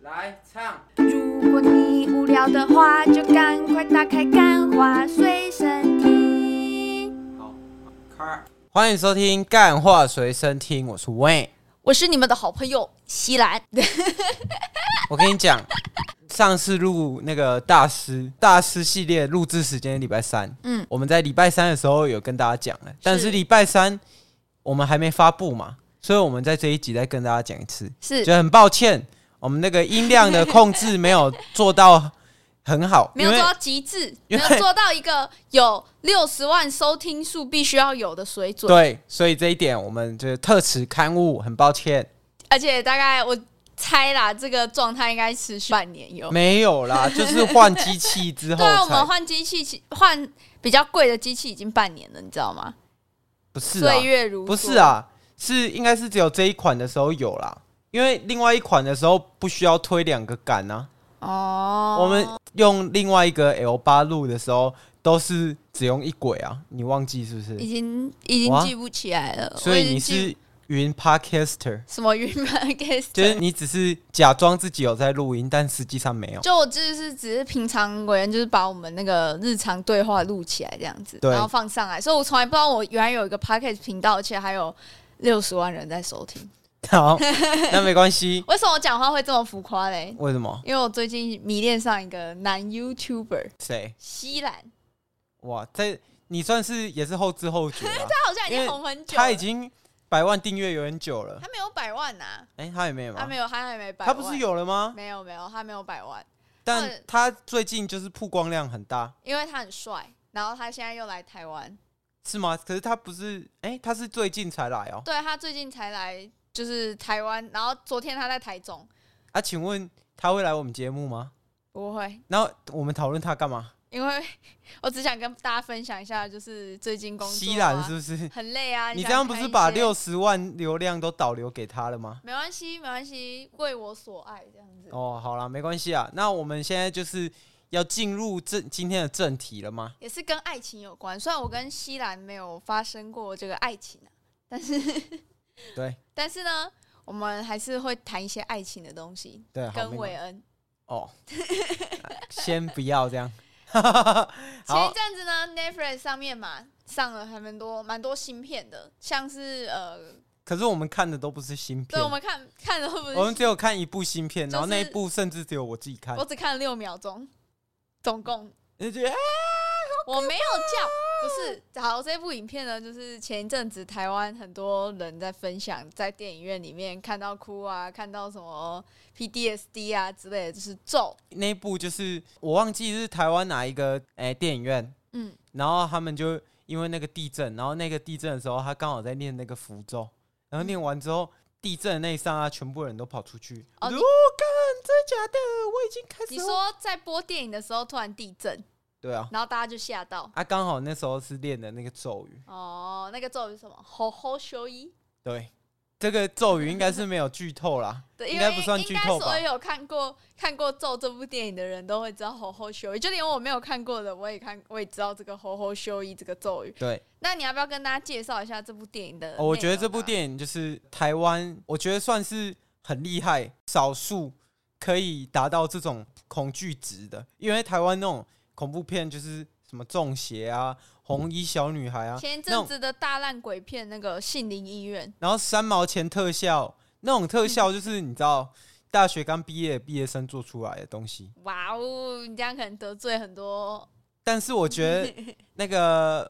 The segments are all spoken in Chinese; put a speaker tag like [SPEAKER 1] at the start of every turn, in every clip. [SPEAKER 1] 来唱，
[SPEAKER 2] 如果你无聊的话，就赶快打开《干花随身听》。
[SPEAKER 1] 好，开。
[SPEAKER 3] 欢迎收听《干话随身听》，我是 Wayne。
[SPEAKER 4] 我是你们的好朋友西兰。
[SPEAKER 3] 我跟你讲，上次录那个大师大师系列录制时间礼拜三，嗯
[SPEAKER 4] 嗯，
[SPEAKER 3] 我们在礼拜三的时候有跟大家讲了，但是
[SPEAKER 4] 是
[SPEAKER 3] 礼拜三我们还没发布嘛，所以我们在这一集再跟大家讲一次，
[SPEAKER 4] 是
[SPEAKER 3] 就很抱歉，我们那个音量的控制没有做到很好，
[SPEAKER 4] 没有
[SPEAKER 3] 因
[SPEAKER 4] 做
[SPEAKER 3] 为
[SPEAKER 4] 到极致，没
[SPEAKER 3] 因为
[SPEAKER 4] 有做到一个有六十万收听数必须要有的水准。
[SPEAKER 3] 对，所以这一点我们就是特此刊物，很抱歉，
[SPEAKER 4] 而且大概我猜啦，这个状态应该持续半年有。
[SPEAKER 3] 没有啦，就是换机器之后
[SPEAKER 4] 对啊，我们
[SPEAKER 3] 才
[SPEAKER 4] 换机器其，换比较贵的机器已经半年了，你知道吗？
[SPEAKER 3] 不是啊
[SPEAKER 4] 岁，月如梭
[SPEAKER 3] 不是，啊，是应该是只有这一款的时候有啦，因为另外一款的时候不需要推两个杆啊。
[SPEAKER 4] 哦，
[SPEAKER 3] 我们用另外一个 L 八录的时候都是只用一轨啊，你忘记是不
[SPEAKER 4] 已
[SPEAKER 3] 是？
[SPEAKER 4] 经已经
[SPEAKER 3] 哇
[SPEAKER 4] 记不起来了。
[SPEAKER 3] 所以
[SPEAKER 4] 我已
[SPEAKER 3] 你
[SPEAKER 4] 经记
[SPEAKER 3] 是云 Podcaster，
[SPEAKER 4] 什么云门 g u e s
[SPEAKER 3] 就是你只是假装自己有在录音，但实际上没有。
[SPEAKER 4] 就我就是只是平常委员就是把我们那个日常对话录起来这样子，
[SPEAKER 3] 对
[SPEAKER 4] 然后放上来，所以我从来不知道我原来有一个 podcast 频道，而且还有六十万人在收听。
[SPEAKER 3] 好，那没关系。
[SPEAKER 4] 为什么我讲话会这么浮夸嘞？
[SPEAKER 3] 为什么？
[SPEAKER 4] 因为我最近迷恋上一个男 YouTuber
[SPEAKER 3] 谁？
[SPEAKER 4] 西兰，
[SPEAKER 3] 哇，这你算是也是后知后觉 啦
[SPEAKER 4] 他好像已
[SPEAKER 3] 因
[SPEAKER 4] 经
[SPEAKER 3] 为
[SPEAKER 4] 红很久了，
[SPEAKER 3] 他已经百万订阅有很久了
[SPEAKER 4] 他。没有百万呐、
[SPEAKER 3] 哎、他也没有吗？
[SPEAKER 4] 他没有，他还没百
[SPEAKER 3] 他
[SPEAKER 4] 万，
[SPEAKER 3] 不是有了吗？
[SPEAKER 4] 没有没有，他没有百万，
[SPEAKER 3] 但
[SPEAKER 4] 者
[SPEAKER 3] 他最近就是曝光量很大，
[SPEAKER 4] 因为他很帅，然后他现在又来台湾，
[SPEAKER 3] 是吗？可是他不是，哎、他是最近才来哦、
[SPEAKER 4] 对他最近才来就是台湾，然后昨天他在台中，
[SPEAKER 3] 啊，请问他会来我们节目吗？
[SPEAKER 4] 不会。
[SPEAKER 3] 然后我们讨论他干嘛？
[SPEAKER 4] 因为 我只想跟大家分享一下，就是最近工作、啊、
[SPEAKER 3] 西兰是不是？
[SPEAKER 4] 很累啊。
[SPEAKER 3] 你
[SPEAKER 4] 想
[SPEAKER 3] 这样不
[SPEAKER 4] 看
[SPEAKER 3] 是
[SPEAKER 4] 一
[SPEAKER 3] 把
[SPEAKER 4] 些
[SPEAKER 3] 六十万流量都导流给他了吗？
[SPEAKER 4] 没关系，没关系，为我所爱这样子。
[SPEAKER 3] 哦，好啦，没关系啊。那我们现在就是要进入正今天的正题了吗？
[SPEAKER 4] 也是跟爱情有关，虽然我跟西兰没有发生过这个爱情啊，但是
[SPEAKER 3] 对
[SPEAKER 4] 但是呢，我们还是会谈一些爱情的东西，
[SPEAKER 3] 对，好，
[SPEAKER 4] 跟
[SPEAKER 3] 没
[SPEAKER 4] 韦
[SPEAKER 3] 关
[SPEAKER 4] 恩。
[SPEAKER 3] 哦，先不要这样。
[SPEAKER 4] 前一
[SPEAKER 3] 好，
[SPEAKER 4] 阵子呢，Netflix 上面嘛上了还蛮多蛮多新片的，像是呃，
[SPEAKER 3] 可是我们看的都不是新片
[SPEAKER 4] 对，我们看看了会不
[SPEAKER 3] 我们
[SPEAKER 4] 会？
[SPEAKER 3] 只有看一部新片，然后
[SPEAKER 4] 就是
[SPEAKER 3] 那一部甚至只有我自己看
[SPEAKER 4] 我。只看了六秒钟，总共
[SPEAKER 3] 你就觉得哎
[SPEAKER 4] 我没有叫，不是。好，这部影片呢，就是前一阵子台湾很多人在分享，在电影院里面看到哭啊，看到什么 PDSD 啊之类的，就是咒。
[SPEAKER 3] 那一部就是我忘记是台湾哪一个哎、电影院，
[SPEAKER 4] 嗯，
[SPEAKER 3] 然后他们就因为那个地震，然后那个地震的时候，他刚好在念那个符咒，然后念完之后，地震的那一刹那，全部人都跑出去。
[SPEAKER 4] 哦
[SPEAKER 3] 我就
[SPEAKER 4] 你
[SPEAKER 3] 哦，干、真假的？我已经开始。
[SPEAKER 4] 你说在播电影的时候突然地震，
[SPEAKER 3] 对啊，
[SPEAKER 4] 然后大家就吓到。
[SPEAKER 3] 啊，刚好那时候是练的那个咒语，
[SPEAKER 4] 哦，那个咒语是什么？吼吼修一。
[SPEAKER 3] 对，这个咒语应该是没有剧透啦，
[SPEAKER 4] 对，
[SPEAKER 3] 应
[SPEAKER 4] 因
[SPEAKER 3] 该
[SPEAKER 4] 为
[SPEAKER 3] 不算
[SPEAKER 4] 应
[SPEAKER 3] 剧
[SPEAKER 4] 该
[SPEAKER 3] 透吧
[SPEAKER 4] 所？有看过看过《咒》这部电影的人都会知道“吼吼修一”，就连我没有看过的，我也看，我也知道这个“吼吼修一”这个咒语。
[SPEAKER 3] 对。
[SPEAKER 4] 那你要不要跟大家介绍一下这部电影的内容啊、
[SPEAKER 3] 哦，我觉得这部电影就是台湾，我觉得算是很厉害，少数可以达到这种恐惧值的。因为台湾那种恐怖片就是什么中邪啊、红衣小女孩啊，
[SPEAKER 4] 前一
[SPEAKER 3] 那
[SPEAKER 4] 阵
[SPEAKER 3] 种
[SPEAKER 4] 子的大烂鬼片那个《杏林医院
[SPEAKER 3] 然后三毛钱特效那种
[SPEAKER 4] 嗯
[SPEAKER 3] 特效，就是你知道大学刚毕业的毕业生做出来的东西。》，
[SPEAKER 4] 哇哦，你这样可能得罪很多。
[SPEAKER 3] 但是我觉 得那个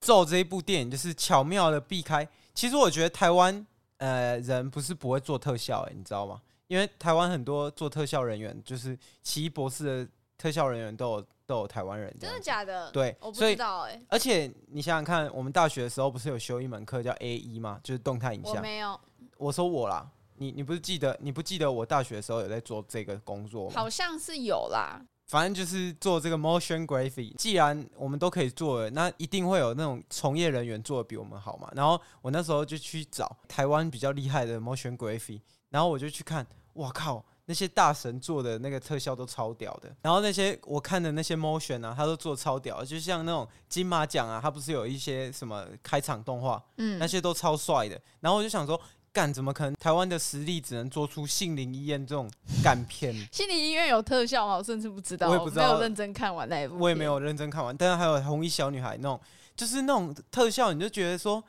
[SPEAKER 3] 《咒》这一部电影就是巧妙的避开。其实我觉得台湾呃人不是不会做特效、欸，你知道吗？因为台湾很多做特效人员，就是奇异博士的特效人员都有都有台湾人这
[SPEAKER 4] 真
[SPEAKER 3] 样
[SPEAKER 4] 的
[SPEAKER 3] 子。
[SPEAKER 4] 假的？
[SPEAKER 3] 对
[SPEAKER 4] 我不
[SPEAKER 3] 所以
[SPEAKER 4] 知道哎、
[SPEAKER 3] 而且你想想看，我们大学的时候不是有修一门课叫 A E 吗？就是动态影
[SPEAKER 4] 我
[SPEAKER 3] 像。
[SPEAKER 4] 没有，
[SPEAKER 3] 我说我啦，你你不是记得你不记得我大学的时候有在做这个工作吗
[SPEAKER 4] 好？像是有啦。
[SPEAKER 3] 反正就是做这个 motion graphic，既然我们都可以做了，那一定会有那种从业人员做的比我们好嘛。然后我那时候就去找台湾比较厉害的 motion graphic，然后我就去看，哇靠，那些大神做的那个特效都超屌的。然后那些我看的那些 motion 啊，他都做超屌的，就像那种金马奖啊，他不是有一些什么开场动画，那
[SPEAKER 4] 嗯，，
[SPEAKER 3] 些都超帅的。然后我就想说，干怎么可能？台湾的实力只能做出《杏林医院》这种干片
[SPEAKER 4] 心理医院有特效吗？我甚至不知道，
[SPEAKER 3] 我也不知道
[SPEAKER 4] 没有认真看完那一部，
[SPEAKER 3] 我也没。有认真看完。但是还有《红衣小女孩》那种，就是那种特效，你就觉得说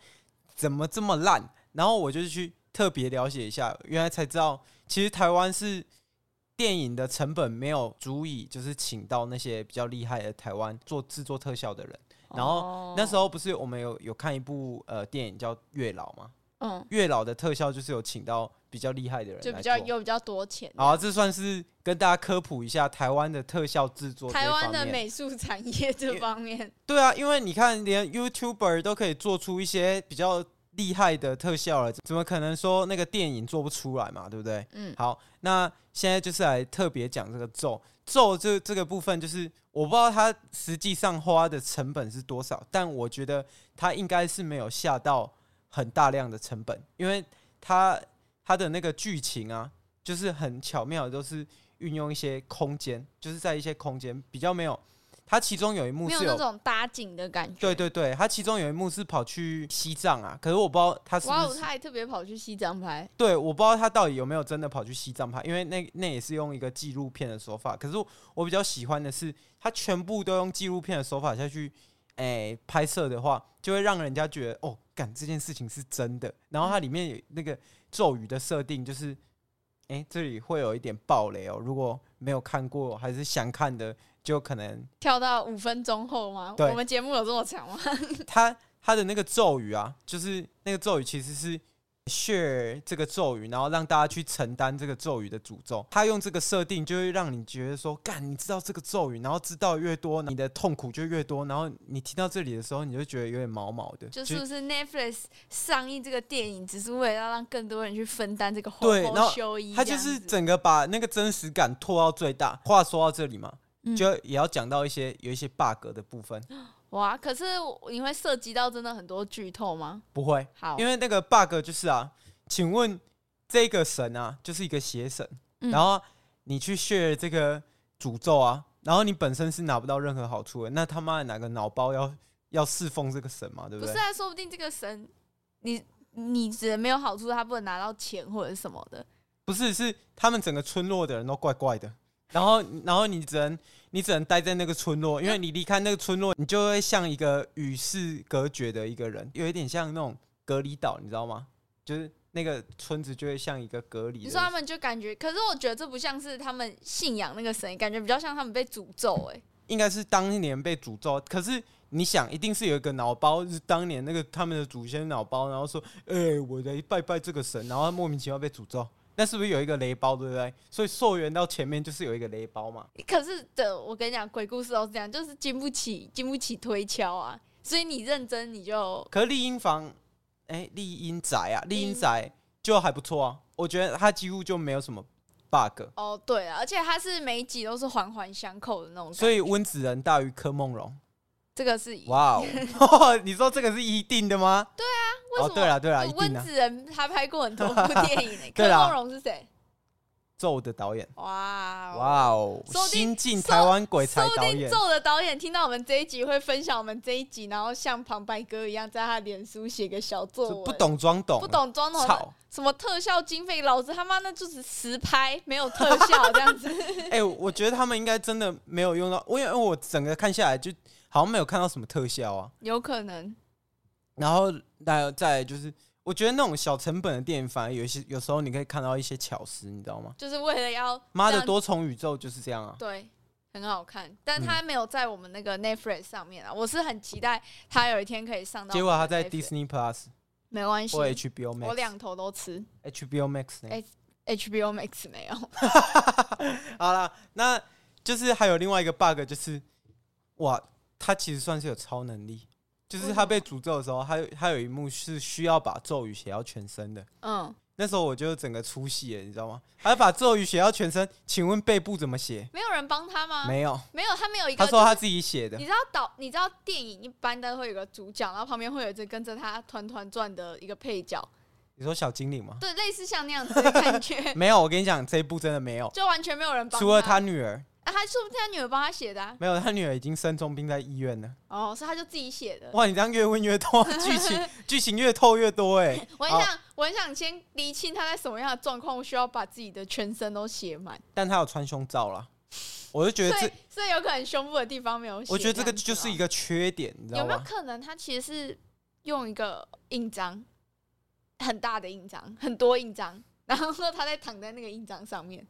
[SPEAKER 3] 怎么这么烂？然后我就是去特别了解一下，原来才知道，其实台湾是电影的成本没有足以，就是请到那些比较厉害的台湾做制作特效的人。然后
[SPEAKER 4] 哦
[SPEAKER 3] 那时，候不是我们有有看一部呃电影叫《月老》吗？
[SPEAKER 4] 嗯，
[SPEAKER 3] 月老的特效就是有请到比较厉害的人来
[SPEAKER 4] 就
[SPEAKER 3] 做，啊
[SPEAKER 4] 比较有比较多钱。
[SPEAKER 3] 好，这算是跟大家科普一下台湾的特效制作这一
[SPEAKER 4] 台湾
[SPEAKER 3] 方
[SPEAKER 4] 的
[SPEAKER 3] 面
[SPEAKER 4] 美术产业这方面，
[SPEAKER 3] 对啊，因为你看，连 YouTuber 都可以做出一些比较厉害的特效了，怎么可能说那个电影做不出来嘛？对不对？
[SPEAKER 4] 嗯，
[SPEAKER 3] 好，那现在就是来特别讲这个咒咒这这个部分，就是我不知道它实际上花的成本是多少，但我觉得它应该是没有下到很大量的成本，因为它它的那个剧情啊，就是很巧妙的都是运用一些空间，就是在一些空间比较没有。它其中有一幕
[SPEAKER 4] 没有
[SPEAKER 3] 是
[SPEAKER 4] 那
[SPEAKER 3] 有
[SPEAKER 4] 种搭景的感觉。
[SPEAKER 3] 对对对，他其中有一幕是跑去西藏啊，可是我不知道他是
[SPEAKER 4] 哇
[SPEAKER 3] 不
[SPEAKER 4] 哦，
[SPEAKER 3] 是
[SPEAKER 4] 他还特别跑去西藏拍，
[SPEAKER 3] 对，我不知道他到底有没有真的跑去西藏拍，因为那那也是用一个纪录片的手法。可是我我比较喜欢的是，他全部都用纪录片的手法下去，哎、拍摄的话，就会让人家觉得哦，干这件事情是真的。然后它里面有那个咒语的设定，就是哎、这里会有一点暴雷哦，如果没有看过还是想看的，就可能
[SPEAKER 4] 跳到五分钟后吗？
[SPEAKER 3] 对
[SPEAKER 4] 我们节目有这么长 吗？
[SPEAKER 3] 他他的那个咒语啊，就是那个咒语其实是 share 这个咒语，然后让大家去承担这个咒语的诅咒。他用这个设定，就会让你觉得说，干，你知道这个咒语，然后知道越多，你的痛苦就越多。然后你听到这里的时候，你就觉得有点毛毛的，
[SPEAKER 4] 就
[SPEAKER 3] 就是
[SPEAKER 4] 不是 Netflix 上映这个电影，只是为了要让更多人去分担这个后
[SPEAKER 3] 对然后
[SPEAKER 4] 修一这
[SPEAKER 3] 他
[SPEAKER 4] 样
[SPEAKER 3] 就
[SPEAKER 4] 子？
[SPEAKER 3] 是整个把那个真实感拖到最大。话说到这里嘛，
[SPEAKER 4] 嗯
[SPEAKER 3] 就也要讲到一些有一些 bug 的部分，
[SPEAKER 4] 哇！可是我你会涉及到真的很多剧透吗？
[SPEAKER 3] 不会，
[SPEAKER 4] 好，
[SPEAKER 3] 因为那个 bug 就是啊，请问这个神啊，就是一个邪神，
[SPEAKER 4] 嗯
[SPEAKER 3] 然后你去 share 这个诅咒啊，然后你本身是拿不到任何好处的，那他妈的哪个脑包要要侍奉这个神嘛，对
[SPEAKER 4] 不
[SPEAKER 3] 对？
[SPEAKER 4] 是啊，说不定这个神，你你只没有好处，他不能拿到钱或者什么的。
[SPEAKER 3] 不是，是他们整个村落的人都怪怪的。然后，然后你只能你只能待在那个村落，因为你离开那个村落，你就会像一个与世隔绝的一个人，有一点像那种隔离岛，你知道吗？就是那个村子就会像一个隔离的。
[SPEAKER 4] 你说他们就感觉，可是我觉得这不像是他们信仰那个神，感觉比较像他们被诅咒哎、
[SPEAKER 3] 应该是当年被诅咒，可是你想，一定是有一个脑包，是当年那个他们的祖先脑包，然后说，哎、我来拜拜这个神，然后他莫名其妙被诅咒，那是不是有一个雷包，对不对？所以溯源到前面就是有一个雷包嘛，
[SPEAKER 4] 可是的，我跟你讲，鬼故事都是这样，就是经不起经不起推敲啊。所以你认真，你就
[SPEAKER 3] 可是丽婴房，哎、丽婴宅啊，
[SPEAKER 4] 嗯
[SPEAKER 3] 丽婴宅就还不错啊，我觉得它几乎就没有什么 bug，
[SPEAKER 4] 哦对啊，而且它是每一集都是环环相扣的那种感觉，
[SPEAKER 3] 所以温子仁大于柯梦龙，
[SPEAKER 4] 这个是一
[SPEAKER 3] 哇哦， 你说这个是一定的吗？
[SPEAKER 4] 为什
[SPEAKER 3] 哦，
[SPEAKER 4] 么？
[SPEAKER 3] 对了对了，一定
[SPEAKER 4] 温
[SPEAKER 3] 的、啊，
[SPEAKER 4] 子仁他拍过很多部电 影、
[SPEAKER 3] 对
[SPEAKER 4] 欸，柯
[SPEAKER 3] 啦
[SPEAKER 4] 梦龙是谁？
[SPEAKER 3] 咒的导演，
[SPEAKER 4] 哇哦
[SPEAKER 3] 哇哦，
[SPEAKER 4] 说不定
[SPEAKER 3] 新晋台湾鬼才
[SPEAKER 4] 说不
[SPEAKER 3] 导
[SPEAKER 4] 定
[SPEAKER 3] 演。
[SPEAKER 4] 咒的导演听到我们这一集会分享我们这一集，然后像旁白哥一样，在他脸书写个小作
[SPEAKER 3] 就
[SPEAKER 4] 文。
[SPEAKER 3] 不懂装懂，
[SPEAKER 4] 不懂装懂
[SPEAKER 3] 操！
[SPEAKER 4] 什么特效经费，老子他妈那就是实拍，没有特效这样 子。
[SPEAKER 3] 哎、我觉得他们应该真的没有用到，我因为我整个看下来就好像没有看到什么特效啊。
[SPEAKER 4] 有可能
[SPEAKER 3] 然后，那再来就是，我觉得那种小成本的电影，反而有一些有时候你可以看到一些巧思，你知道吗？
[SPEAKER 4] 就是为了要
[SPEAKER 3] 妈
[SPEAKER 4] 这
[SPEAKER 3] 的，
[SPEAKER 4] 样
[SPEAKER 3] 多嗯重宇宙就是这样啊！
[SPEAKER 4] 对，很好看，但他没有在我们那个 Netflix 上面啊。我是很期待他有一天可以上到。
[SPEAKER 3] 结果他在 Disney Plus
[SPEAKER 4] 没关系，
[SPEAKER 3] 或 HBO
[SPEAKER 4] 我
[SPEAKER 3] Max，
[SPEAKER 4] 两头都吃。
[SPEAKER 3] HBO Max 呢、
[SPEAKER 4] 哎 HBO Max 没有，
[SPEAKER 3] 好啦，那就是还有另外一个 bug，就是哇，他其实算是有超能力，就是他被诅咒的时候，他有他有一幕是需要把咒语写到全身的。
[SPEAKER 4] 嗯，
[SPEAKER 3] 那时候我就整个出戏了，你知道吗？还把咒语写到全身，请问背部怎么写？
[SPEAKER 4] 没有人帮他吗？
[SPEAKER 3] 没有，
[SPEAKER 4] 没有，他啊没有一个。
[SPEAKER 3] 他说他自己写的
[SPEAKER 4] 你。知道导，你知道电影一般都会有个主角，然后旁边会有一只跟着他团团转的一个配角，
[SPEAKER 3] 你说小精灵吗？，
[SPEAKER 4] 对，类似像那样子的感觉
[SPEAKER 3] 没有，我跟你讲，这一部真的没有，
[SPEAKER 4] 就完全没有人帮。
[SPEAKER 3] 除了他女儿，
[SPEAKER 4] 啊，他说不定他女儿帮他写的、啊，
[SPEAKER 3] 没有，他女儿已经生重病在医院了。
[SPEAKER 4] 哦，是他就自己写的。
[SPEAKER 3] 哇，你这样越问越多，剧情剧情越透越多哎、
[SPEAKER 4] 我很
[SPEAKER 3] 好
[SPEAKER 4] 想，我很想先厘清他在什么样的状况，我需要把自己的全身都写满，
[SPEAKER 3] 但他有穿胸罩啦，我就觉得
[SPEAKER 4] 所
[SPEAKER 3] 这
[SPEAKER 4] 以，所以有可能胸部的地方没有写。
[SPEAKER 3] 我觉得这个
[SPEAKER 4] 样子
[SPEAKER 3] 就是
[SPEAKER 4] 哦
[SPEAKER 3] 一个缺点，你知
[SPEAKER 4] 有
[SPEAKER 3] 道
[SPEAKER 4] 没有
[SPEAKER 3] 吗？
[SPEAKER 4] 可能他其实是用一个印章，很大的印章，很多印章，然后他在躺在那个印章上面，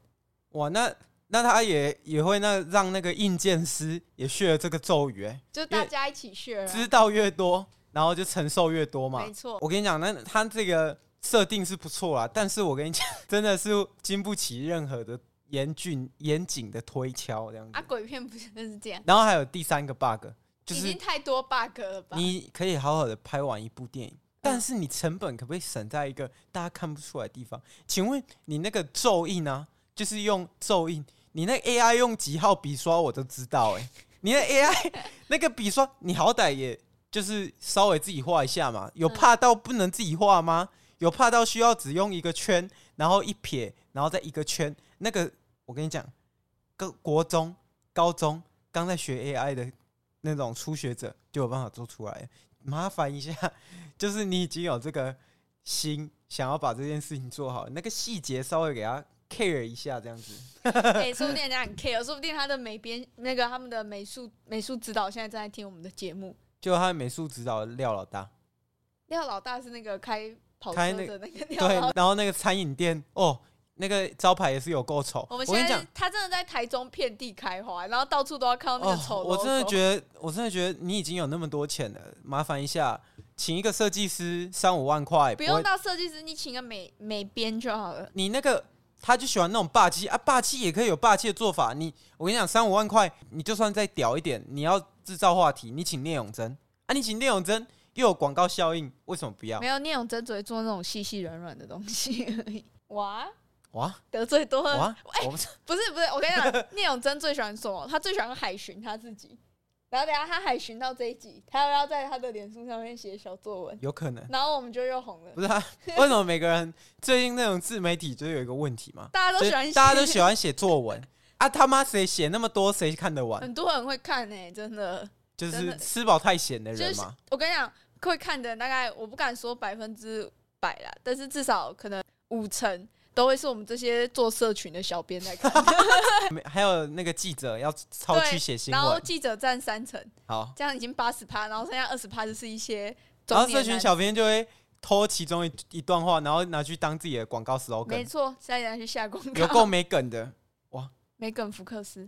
[SPEAKER 3] 哇，那那他也也会那让那个印鉴师也学了这个咒语哎、
[SPEAKER 4] 就是
[SPEAKER 3] 因
[SPEAKER 4] 大
[SPEAKER 3] 为
[SPEAKER 4] 家一起 share，啊
[SPEAKER 3] 知道越多，然后就承受越多嘛
[SPEAKER 4] 没。错，
[SPEAKER 3] 我跟你讲，那他这个设定是不错啦，但是我跟你讲， 真的是经不起任何的严峻严谨的推敲这样子
[SPEAKER 4] 啊，。鬼片不是就是这样，
[SPEAKER 3] 然后还有第三个 bug，就
[SPEAKER 4] 已
[SPEAKER 3] 是
[SPEAKER 4] 经太多 bug 了吧？
[SPEAKER 3] 你可以好好的拍完一部电影，但是你成本可不可以省在一个大家看不出来的地方？请问你那个咒印啊，就是用咒印，你那 AI 用几号笔刷我都知道哎、 你那 AI 那个笔刷，你好歹也就是稍微自己画一下嘛，有怕到不能自己画吗？有怕到需要只用一个圈，然后一撇，然后再一个圈？那个我跟你讲，跟国中、高中刚在学 AI 的那种初学者就有办法做出来。麻烦一下，就是你已经有这个心，想要把这件事情做好，那个细节稍微给他 care 一下，这样子。
[SPEAKER 4] 哎、说不定人家很 care，说不定他的美编那个他们的美术美术指导现在正在听我们的节目。
[SPEAKER 3] 就他的美术指导廖老大，
[SPEAKER 4] 廖老大是那个开跑车
[SPEAKER 3] 开那
[SPEAKER 4] 的那个廖
[SPEAKER 3] 对
[SPEAKER 4] 老大。，
[SPEAKER 3] 然后那个餐饮店哦，那个招牌也是有够丑。
[SPEAKER 4] 我们现
[SPEAKER 3] 跟你
[SPEAKER 4] 在
[SPEAKER 3] 讲
[SPEAKER 4] 是，他真的在台中遍地开花，然后到处都要看到那个丑、
[SPEAKER 3] 哦，我真的觉得，我真的觉得你已经有那么多钱了，麻烦一下，请一个设计师三五万块，
[SPEAKER 4] 不
[SPEAKER 3] 会
[SPEAKER 4] 用到设计师，你请个美美编就好了。
[SPEAKER 3] 你那个他就喜欢那种霸气啊，霸气也可以有霸气的做法。你我跟你讲，三五万块，你就算再屌一点，你要制造话题，你请聂永真啊，你请聂永真又有广告效应，为什么不要
[SPEAKER 4] 没？有聂永真只会做那种细细软软的东西而已。哇，
[SPEAKER 3] 哇
[SPEAKER 4] 得罪多了。
[SPEAKER 3] 哇，我不是
[SPEAKER 4] 不是不是，我跟你讲， 聂永真最喜欢什么？他最喜欢海巡他自己。然后等一下他海巡到这一集，他又要在他的脸书上面写小作文，
[SPEAKER 3] 有可能
[SPEAKER 4] 然后我们就又红了
[SPEAKER 3] 不。是啊？为什么每个人最近那种自媒体就是有一个问题嘛？
[SPEAKER 4] 大家都
[SPEAKER 3] 就
[SPEAKER 4] 喜欢
[SPEAKER 3] 是
[SPEAKER 4] 写，
[SPEAKER 3] 大家都喜欢写作 文啊，他妈谁写那么多，谁看得完？
[SPEAKER 4] 很多人会看呢、欸真的。
[SPEAKER 3] 就
[SPEAKER 4] 真
[SPEAKER 3] 是
[SPEAKER 4] 的
[SPEAKER 3] 吃饱太闲的
[SPEAKER 4] 就
[SPEAKER 3] 人
[SPEAKER 4] 是
[SPEAKER 3] 嘛。
[SPEAKER 4] 我跟你讲，会看的大概我不敢说百分之百啦，但是至少可能五成都会是我们这些做社群的小编在看，
[SPEAKER 3] 没还有那个记者要超
[SPEAKER 4] 哎对
[SPEAKER 3] 去写 新
[SPEAKER 4] 然后
[SPEAKER 3] 闻，
[SPEAKER 4] 记者占三成，
[SPEAKER 3] 好，
[SPEAKER 4] 这样已经八十趴，然后剩下二十趴就是一些
[SPEAKER 3] 然
[SPEAKER 4] 中
[SPEAKER 3] 后
[SPEAKER 4] 年
[SPEAKER 3] 社
[SPEAKER 4] 男。
[SPEAKER 3] 群小编就会偷其中一一段话，然后拿去当自己的广告
[SPEAKER 4] 没
[SPEAKER 3] slogan，
[SPEAKER 4] 错，现在人家去下广
[SPEAKER 3] 有够
[SPEAKER 4] 告。
[SPEAKER 3] 没梗的。
[SPEAKER 4] 梅根福克斯，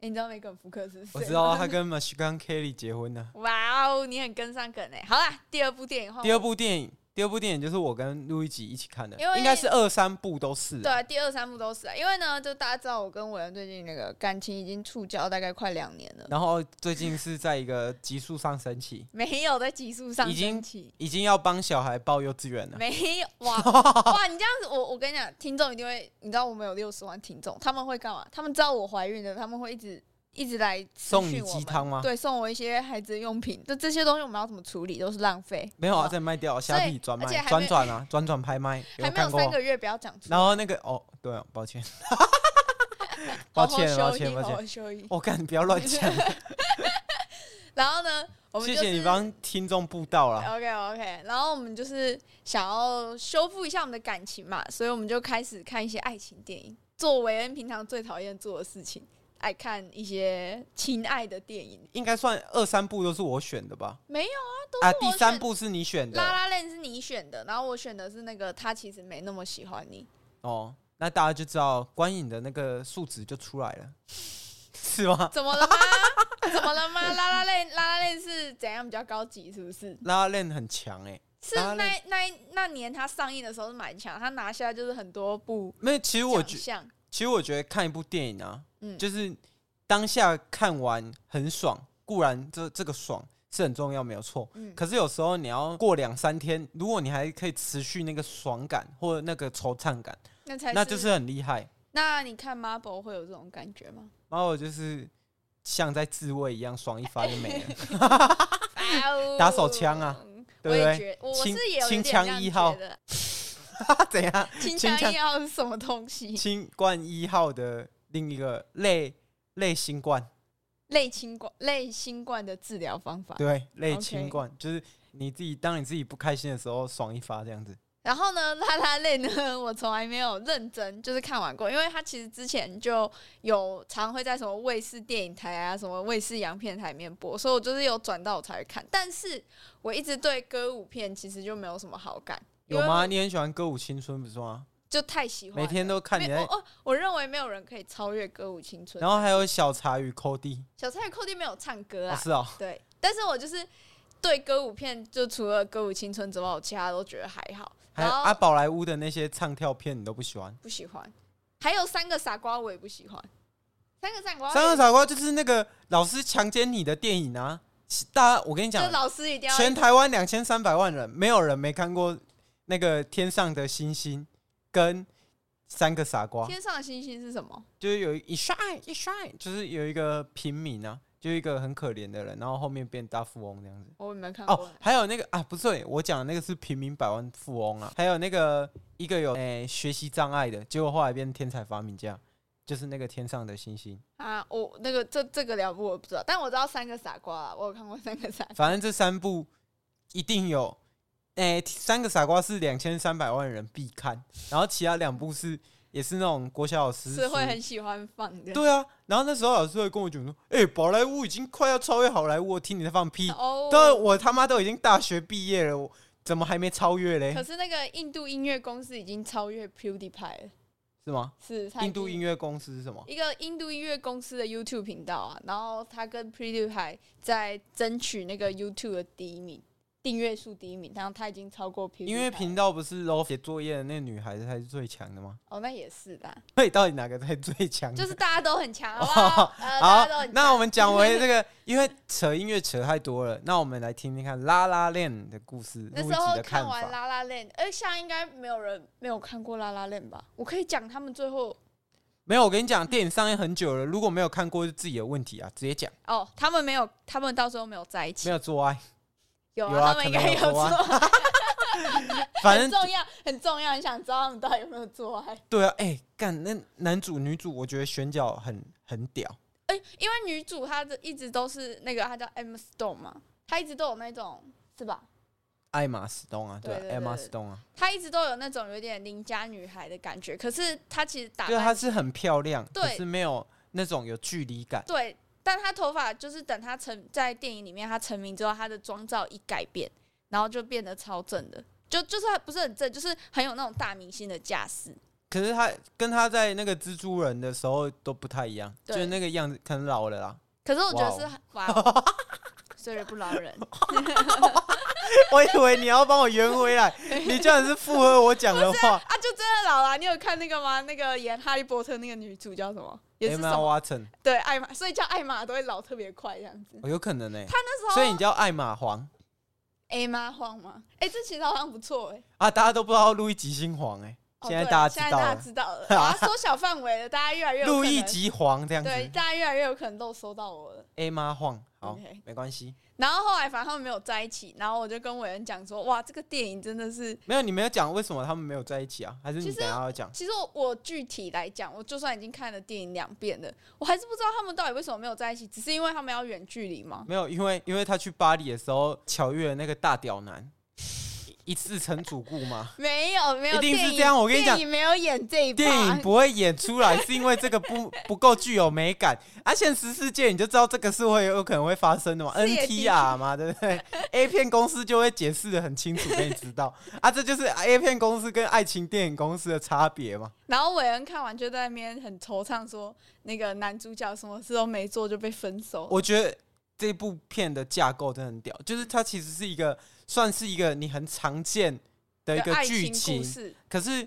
[SPEAKER 4] 诶你知道梅根福克斯是谁吗？
[SPEAKER 3] 我知道啊他跟 m i c h i g a n Kelly 结婚了。
[SPEAKER 4] 哇哦，你很跟上梗诶。好啦，第二部电影后，
[SPEAKER 3] 第二部电影，第二部电影就是我跟路易吉一起看的
[SPEAKER 4] 因，为
[SPEAKER 3] 应该是二三部都是
[SPEAKER 4] 对
[SPEAKER 3] 啊。
[SPEAKER 4] 啊，第二、三部都是啊，因为呢，就大家知道我跟伟恩最近那个感情已经触礁大概快两年了，
[SPEAKER 3] 然后最近是在一个急速上升期，
[SPEAKER 4] 没有在急速上
[SPEAKER 3] 已经啊
[SPEAKER 4] 升期，
[SPEAKER 3] 已经要帮小孩报幼稚园了。
[SPEAKER 4] 没有 哇哇！你这样子，我我跟你讲，听众一定会，你知道我们有六十万听众，他们会干嘛？他们知道我怀孕了，他们会一直一直来私
[SPEAKER 3] 送你
[SPEAKER 4] 讯我们
[SPEAKER 3] 鸡汤吗
[SPEAKER 4] 对，送我一些孩子的用品，就这些东西我们要怎么处理都是浪费。
[SPEAKER 3] 没有啊，
[SPEAKER 4] 好
[SPEAKER 3] 再卖掉，
[SPEAKER 4] 所以
[SPEAKER 3] 虾皮转卖
[SPEAKER 4] 而且还没，
[SPEAKER 3] 转转啊，转转拍 卖，
[SPEAKER 4] 还没有
[SPEAKER 3] 看过
[SPEAKER 4] 三。个月，不要讲出来。
[SPEAKER 3] 然后那个哦，对啊，抱歉，
[SPEAKER 4] 好
[SPEAKER 3] 抱
[SPEAKER 4] 好
[SPEAKER 3] 歉，
[SPEAKER 4] 休
[SPEAKER 3] 抱
[SPEAKER 4] 息
[SPEAKER 3] 歉，抱
[SPEAKER 4] 好
[SPEAKER 3] 歉
[SPEAKER 4] 好。休息
[SPEAKER 3] 我干，不要乱讲。
[SPEAKER 4] 然后呢，我们
[SPEAKER 3] 谢
[SPEAKER 4] 就是呃
[SPEAKER 3] 谢你帮听众布道了。
[SPEAKER 4] OK OK，然后我们就是想要修复一下我们的感情嘛，所以我们就开始看一些爱情电影，做韦恩平常最讨厌做的事情，爱看一些情爱的电影。
[SPEAKER 3] 应该算二三部都是我选的吧？
[SPEAKER 4] 没有
[SPEAKER 3] 啊，
[SPEAKER 4] 都
[SPEAKER 3] 啊，
[SPEAKER 4] 是
[SPEAKER 3] 第
[SPEAKER 4] 我
[SPEAKER 3] 三
[SPEAKER 4] 选
[SPEAKER 3] 部是你选
[SPEAKER 4] 拉
[SPEAKER 3] 的
[SPEAKER 4] 拉链是你选的，然后我选的是那个他其实没那么喜欢 你，
[SPEAKER 3] 哦，那大家就知道观影的那个数值就出来了， 是吗？
[SPEAKER 4] 怎么了吗？怎么了吗？拉拉链拉拉链是怎样比较高级？是不是？
[SPEAKER 3] 拉链很强哎、欸，
[SPEAKER 4] 是
[SPEAKER 3] 拉拉
[SPEAKER 4] 那
[SPEAKER 3] 链
[SPEAKER 4] 那那年他上映的时候是蛮强，他拿下就是很多部
[SPEAKER 3] 没有，其实我
[SPEAKER 4] 奖
[SPEAKER 3] 觉，
[SPEAKER 4] 项。
[SPEAKER 3] 其实我觉得看一部电影啊，
[SPEAKER 4] 嗯
[SPEAKER 3] 就是当下看完很爽，固然这这个爽是很重要，没有错。
[SPEAKER 4] 嗯
[SPEAKER 3] 可是有时候你要过两三天，如果你还可以持续那个爽感或者那个惆怅感，
[SPEAKER 4] 那才
[SPEAKER 3] 那就是很厉害。
[SPEAKER 4] 那你看 Marvel 会有这种感觉吗？
[SPEAKER 3] 然后我就是像在自慰一样爽一发就没了。 打手枪啊，对不
[SPEAKER 4] 哦我
[SPEAKER 3] 对
[SPEAKER 4] 也觉我我
[SPEAKER 3] 清
[SPEAKER 4] 是也有
[SPEAKER 3] 清
[SPEAKER 4] 点
[SPEAKER 3] 枪
[SPEAKER 4] 这样
[SPEAKER 3] 一号
[SPEAKER 4] 觉得，
[SPEAKER 3] 怎样？
[SPEAKER 4] 清
[SPEAKER 3] 清
[SPEAKER 4] 枪
[SPEAKER 3] 枪
[SPEAKER 4] 一号是什么东西？
[SPEAKER 3] 新冠一号的另一个类类新冠，
[SPEAKER 4] 类新冠类新冠的治疗方法。
[SPEAKER 3] 对，类
[SPEAKER 4] OK
[SPEAKER 3] 新冠就是你自己当你自己不开心的时候爽一发这样子。
[SPEAKER 4] 然后呢，《 拉拉类》呢，我从来没有认真就是看完过，因为它其实之前就有常会在什么卫视电影台啊、什么卫视洋片台里面播，所以我就是有转到我才会看。但是我一直对歌舞片其实就没有什么好感，因
[SPEAKER 3] 有
[SPEAKER 4] 为
[SPEAKER 3] 吗？你很喜欢歌舞青春不是吗？
[SPEAKER 4] 就太喜欢了，
[SPEAKER 3] 每天都看你
[SPEAKER 4] 啊没有哦
[SPEAKER 3] 在，
[SPEAKER 4] 我我我认为没有人可以超越《歌舞青春》。
[SPEAKER 3] 然后还有小茶与 Cody，
[SPEAKER 4] 小蔡与寇弟没有唱歌
[SPEAKER 3] 哦
[SPEAKER 4] 啊，
[SPEAKER 3] 是哦，
[SPEAKER 4] 对，但是我就是对歌舞片，就除了《歌舞青春》之外，我其他都觉得还好。
[SPEAKER 3] 还有啊
[SPEAKER 4] 然后
[SPEAKER 3] 阿宝莱坞的那些唱跳片你都不喜欢。
[SPEAKER 4] 不喜欢，还有三个傻瓜我也不喜欢，三个傻瓜，
[SPEAKER 3] 三个傻瓜就是那个老师强奸你的电影啊！大家，我跟你讲
[SPEAKER 4] 就，老师一定要
[SPEAKER 3] 全台湾两千三百万人，没有人没看过那个《天上的星星》跟《三个傻瓜》，
[SPEAKER 4] 天上的星星是什么？
[SPEAKER 3] 就是有一 shine 一 shine，就是有一个平民啊，就一个很可怜的人，然后后面变大富翁这样子。
[SPEAKER 4] 我也没看过
[SPEAKER 3] 哦
[SPEAKER 4] 欸。，
[SPEAKER 3] 还有那个啊，不对，我讲的那个是平民百万富翁啊，还有那个一个有诶、学习障碍的，结果后来变天才发明家，就是那个天上的星星。
[SPEAKER 4] 啊，我那个这这个两部我不知道，但我知道三个傻瓜啊，我有看过三个傻瓜。
[SPEAKER 3] 反正这三部一定有，诶、三个傻瓜是两千三百万人必看，然后其他两部是也是那种国小老师
[SPEAKER 4] 是会
[SPEAKER 3] 说
[SPEAKER 4] 很喜欢放的
[SPEAKER 3] 对啊，然后那时候老师会跟我讲说，哎、宝莱坞已经快要超越好莱坞，我听你在放屁，
[SPEAKER 4] 哦，
[SPEAKER 3] 都我他妈都已经大学毕业了，我怎么还没超越嘞
[SPEAKER 4] 可？是那个印度音乐公司已经超越 PewDiePie 了，
[SPEAKER 3] 是吗？
[SPEAKER 4] 是它已
[SPEAKER 3] 印度
[SPEAKER 4] 经
[SPEAKER 3] 音乐公司是什么？
[SPEAKER 4] 一个印度音乐公司的 YouTube 频道啊，然后他跟 PewDiePie 在争取那个 YouTube 的第一名，订阅数第一名，然后他已经超过 PewDiePie 了。
[SPEAKER 3] 因为频道不是 LO 写作业的那女孩子才是最强的吗？
[SPEAKER 4] 哦，那也是啦，
[SPEAKER 3] 所以到底哪个才最强？
[SPEAKER 4] 就是大家都很强，好不好？呃，大
[SPEAKER 3] 哦好
[SPEAKER 4] 家都，很强。
[SPEAKER 3] 那我们讲 回这个，因为扯音乐扯太多了，那我们来听听看《拉拉链》的故事，
[SPEAKER 4] 那
[SPEAKER 3] 录一
[SPEAKER 4] 时候
[SPEAKER 3] 集的
[SPEAKER 4] 看完《
[SPEAKER 3] 法。
[SPEAKER 4] 拉拉链》，哎，现在应该没有人没有看过《拉拉链》吧？我可以讲他们最后
[SPEAKER 3] 没有，我跟你讲，电影上映很久了，如果没有看过是自己的问题啊，直接讲，
[SPEAKER 4] 哦，他们没有，他们到时候没有在一起
[SPEAKER 3] 没，有做 爱，
[SPEAKER 4] 有
[SPEAKER 3] 有啊
[SPEAKER 4] 他们应该
[SPEAKER 3] 可能有
[SPEAKER 4] 做
[SPEAKER 3] 做啊
[SPEAKER 4] 爱，
[SPEAKER 3] 反正
[SPEAKER 4] 很重要，很重要，很想知道他们到底有没有做爱。
[SPEAKER 3] 对啊，哎、干那男主女主，我觉得选角很很屌，
[SPEAKER 4] 哎、因为女主她的一直都是那个，她叫 Emma Stone 嘛，她一直都有那种是吧？
[SPEAKER 3] 艾玛史东啊，对啊
[SPEAKER 4] 对对对
[SPEAKER 3] m a 史东啊，
[SPEAKER 4] 她一直都有那种有点邻家女孩的感觉，可是她其实打
[SPEAKER 3] 对，她
[SPEAKER 4] 扮
[SPEAKER 3] 是很漂亮，
[SPEAKER 4] 对
[SPEAKER 3] 可是没有那种有距离感，
[SPEAKER 4] 对，但她头发就是等她成在电影里面她成名之后，她的妆造一改变，然后就变得超正的，就就是她不是很正，就是很有那种大明星的架势。
[SPEAKER 3] 可是她跟她在那个蜘蛛人的时候都不太一样，就
[SPEAKER 4] 对
[SPEAKER 3] 是那个样子，可能老了啦。
[SPEAKER 4] 可是我觉得是很哇哦，虽然不饶人，啊
[SPEAKER 3] 我以为你要帮我圆回 来，你居然是附和我讲的话。
[SPEAKER 4] 啊，就真的老了。你有看那个吗？那个演哈利波特那个女主叫什么？也是什
[SPEAKER 3] Emma
[SPEAKER 4] 么？
[SPEAKER 3] Watson，
[SPEAKER 4] 对，艾玛，所以叫艾玛都会老特别快这样子。
[SPEAKER 3] 哦有可能呢、
[SPEAKER 4] 她那时候，
[SPEAKER 3] 所以你叫艾玛黄
[SPEAKER 4] A 妈慌吗？哎、这其实好像不错哎、
[SPEAKER 3] 啊，大家都不知道路易吉星黄哎、
[SPEAKER 4] 哦
[SPEAKER 3] 现在
[SPEAKER 4] 对
[SPEAKER 3] 大
[SPEAKER 4] 现
[SPEAKER 3] 家
[SPEAKER 4] 在
[SPEAKER 3] 知道
[SPEAKER 4] 大
[SPEAKER 3] 了，
[SPEAKER 4] 家知 道了，我要缩小范围了，大家越来越有可能
[SPEAKER 3] 路易吉黄这样子
[SPEAKER 4] 对，大家越来越有可能都搜到我了。
[SPEAKER 3] ，Emma 黄，好
[SPEAKER 4] OK
[SPEAKER 3] 没关系，
[SPEAKER 4] 然后后来反正他们没有在一起，然后我就跟伟恩讲说，哇，这个电影真的是，
[SPEAKER 3] 没有你没有讲为什么他们没有在一起啊？还是你
[SPEAKER 4] 其实
[SPEAKER 3] 等一下要讲？
[SPEAKER 4] 其实我我具体来讲，我就算已经看了电影两遍了，我还是不知道他们到底为什么没有在一起，只是因为他们要远距离吗？
[SPEAKER 3] 没有，因为因为他去巴黎的时候巧遇了那个大屌男，一次成主顾嘛。
[SPEAKER 4] 没有没有，
[SPEAKER 3] 一定是
[SPEAKER 4] 电影
[SPEAKER 3] 这样我跟你讲
[SPEAKER 4] 电影没有演这一
[SPEAKER 3] 电影
[SPEAKER 4] 趴，
[SPEAKER 3] 不会演出来，是因为这个不 不够具有美感。啊，现实世界你就知道这个是会有可能会发生的嘛
[SPEAKER 4] 是也的
[SPEAKER 3] ，NTR 嘛，对不对？A 片公司就会解释的很清楚给你知道。啊，这就是 A 片公司跟爱情电影公司的差别嘛。
[SPEAKER 4] 然后韦恩看完就在那边很惆怅说，那个男主角什么事都没做就被分手。
[SPEAKER 3] 我觉得这部片的架构真的很屌，就是它其实是一个算是一个你很常见的一
[SPEAKER 4] 的
[SPEAKER 3] 个
[SPEAKER 4] 爱
[SPEAKER 3] 剧
[SPEAKER 4] 情
[SPEAKER 3] 情
[SPEAKER 4] 故，事，
[SPEAKER 3] 可是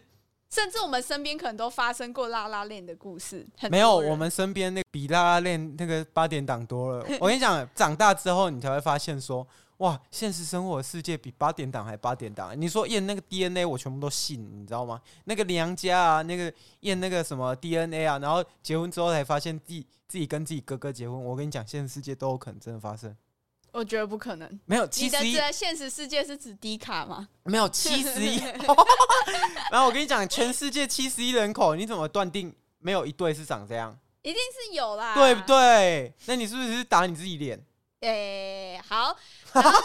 [SPEAKER 4] 甚至我们身边可能都发生过拉拉链的故事。很
[SPEAKER 3] 没有，
[SPEAKER 4] 多人
[SPEAKER 3] 我们身边那比拉拉链那个八点档多 了。我跟你讲，长大之后你才会发现说，哇，现实生活的世界比八点档还八点档。你说验那个 DNA，我全部都信，你知道吗？那个娘家啊，那个验那个什么 DNA 啊，然后结婚之后才发现自己自己跟自己哥哥结婚。我跟你讲，现实世界都有可能真的发生。
[SPEAKER 4] 我觉得不可能。
[SPEAKER 3] 没有七
[SPEAKER 4] 你的
[SPEAKER 3] 十一
[SPEAKER 4] 指，的现实世界是指低卡吗？
[SPEAKER 3] 没有七十 一。然后我跟你讲，全世界七十一人口，你怎么断定没有一对是长这样？
[SPEAKER 4] 一定是有啦，
[SPEAKER 3] 对不？对？那你是不是只是打你自己脸？
[SPEAKER 4] 哎、好，然后呢，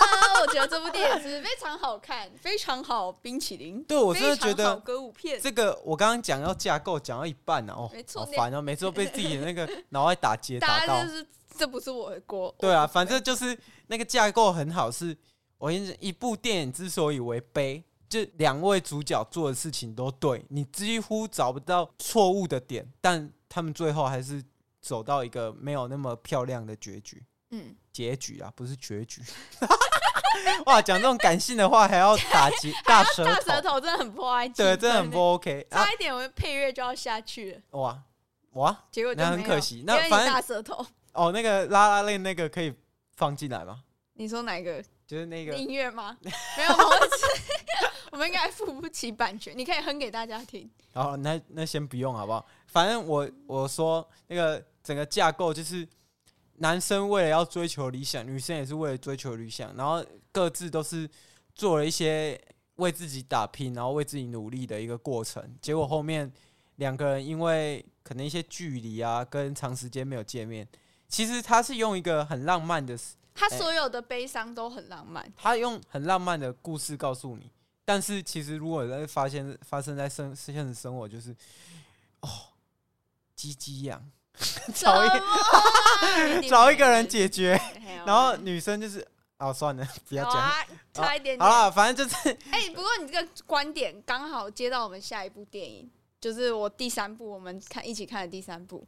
[SPEAKER 4] 我觉得这部电影是非常好看，非常好冰淇淋，
[SPEAKER 3] 对我真的
[SPEAKER 4] 非常
[SPEAKER 3] 觉
[SPEAKER 4] 好
[SPEAKER 3] 得
[SPEAKER 4] 歌舞片，
[SPEAKER 3] 这个我刚刚讲要架构，讲到一半呢、啊，哦
[SPEAKER 4] 没，错
[SPEAKER 3] 好烦哦，每次都被自己的那个脑袋打 结打
[SPEAKER 4] 大
[SPEAKER 3] 到
[SPEAKER 4] 家就。是这不是我的锅，
[SPEAKER 3] 对啊，反正就是那个架构很好，是我跟你讲，一部电影之所以为悲，就两位主角做的事情都对，你几乎找不到错误的点，但他们最后还是走到一个没有那么漂亮的结局。
[SPEAKER 4] 嗯，
[SPEAKER 3] 结局啊，不是结局。 哇，讲这种感性的话还要打结大舌
[SPEAKER 4] 大
[SPEAKER 3] 头，
[SPEAKER 4] 舌头真的很破坏气氛
[SPEAKER 3] 对，
[SPEAKER 4] 欸，
[SPEAKER 3] 真的很不 OK 啊！
[SPEAKER 4] 差一点我们配乐就要下去了，
[SPEAKER 3] 哇哇
[SPEAKER 4] 结果就
[SPEAKER 3] 那很
[SPEAKER 4] 没有
[SPEAKER 3] 可惜那
[SPEAKER 4] 因为你
[SPEAKER 3] 反正
[SPEAKER 4] 大舌头，
[SPEAKER 3] 哦，那个拉拉链那个可以放进来吗？
[SPEAKER 4] 你说哪一个
[SPEAKER 3] 就是那个
[SPEAKER 4] 音 乐吗？没有，我们是我们应该付不起版权，你可以哼给大家听。
[SPEAKER 3] 然后那那先不用好不好？反正我我说那个整个架构就是，男生为了要追求理想，女生也是为了追求理想，然后各自都是做了一些为自己打拼，然后为自己努力的一个过程。结果后面两个人因为可能一些距离啊，跟长时间没有见面，其实他是用一个很浪漫的
[SPEAKER 4] 他所有的悲伤都很浪漫，
[SPEAKER 3] 他用很浪漫的故事告诉你，但是其实如果在发现发生在生现实生活，就是哦，鸡鸡痒， 找一
[SPEAKER 4] 一
[SPEAKER 3] 找一个人，解决，
[SPEAKER 4] 嘿
[SPEAKER 3] 然后女生就是哦算 了，不要
[SPEAKER 4] 啊好
[SPEAKER 3] 讲，
[SPEAKER 4] 啊，差一点
[SPEAKER 3] 好
[SPEAKER 4] 点。
[SPEAKER 3] 了，反正就是
[SPEAKER 4] 哎、不过你这个观点刚好接到我们下一部电影，就是我第三部，我们看一起看的第三部，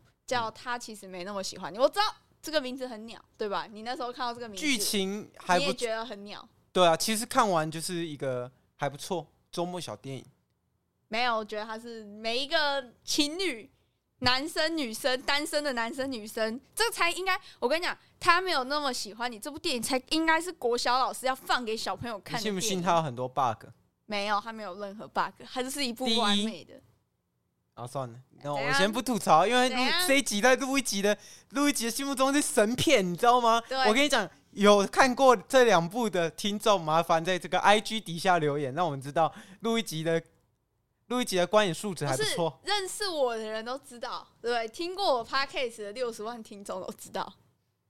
[SPEAKER 3] 嗯
[SPEAKER 4] 叫《他其实没那么喜欢你》。我知道这个名字很鸟，对吧？你那时候看到这个名字，
[SPEAKER 3] 剧情还
[SPEAKER 4] 你
[SPEAKER 3] 不
[SPEAKER 4] 也觉得很鸟。
[SPEAKER 3] 对啊，其实看完就是一个还不错周末小电影，
[SPEAKER 4] 没有，我觉得他是每一个情侣，男生女生，单身的男生女生，这才应该。我跟你讲，他没有那么喜欢你，这部电影才应该是国小老师要放给小朋友
[SPEAKER 3] 你
[SPEAKER 4] 看的。
[SPEAKER 3] 信不信它？有很多 bug
[SPEAKER 4] 没有，他没有任何 bug，它就是一部
[SPEAKER 3] 第一
[SPEAKER 4] 完美的。
[SPEAKER 3] 啊？算了，那我
[SPEAKER 4] 怎样
[SPEAKER 3] 先不吐槽，因为录
[SPEAKER 4] 怎样
[SPEAKER 3] 这一集在录一集的录一集的心目中是神片，你知道吗
[SPEAKER 4] 对？
[SPEAKER 3] 我跟你讲，有看过这两部的听众，麻烦在这个 IG 底下留言，让我们知道录一集的录一集的观影素质还不
[SPEAKER 4] 是
[SPEAKER 3] 错。
[SPEAKER 4] 认识我的人都知道，对不对？听过我 podcast 的六十万听众都知道，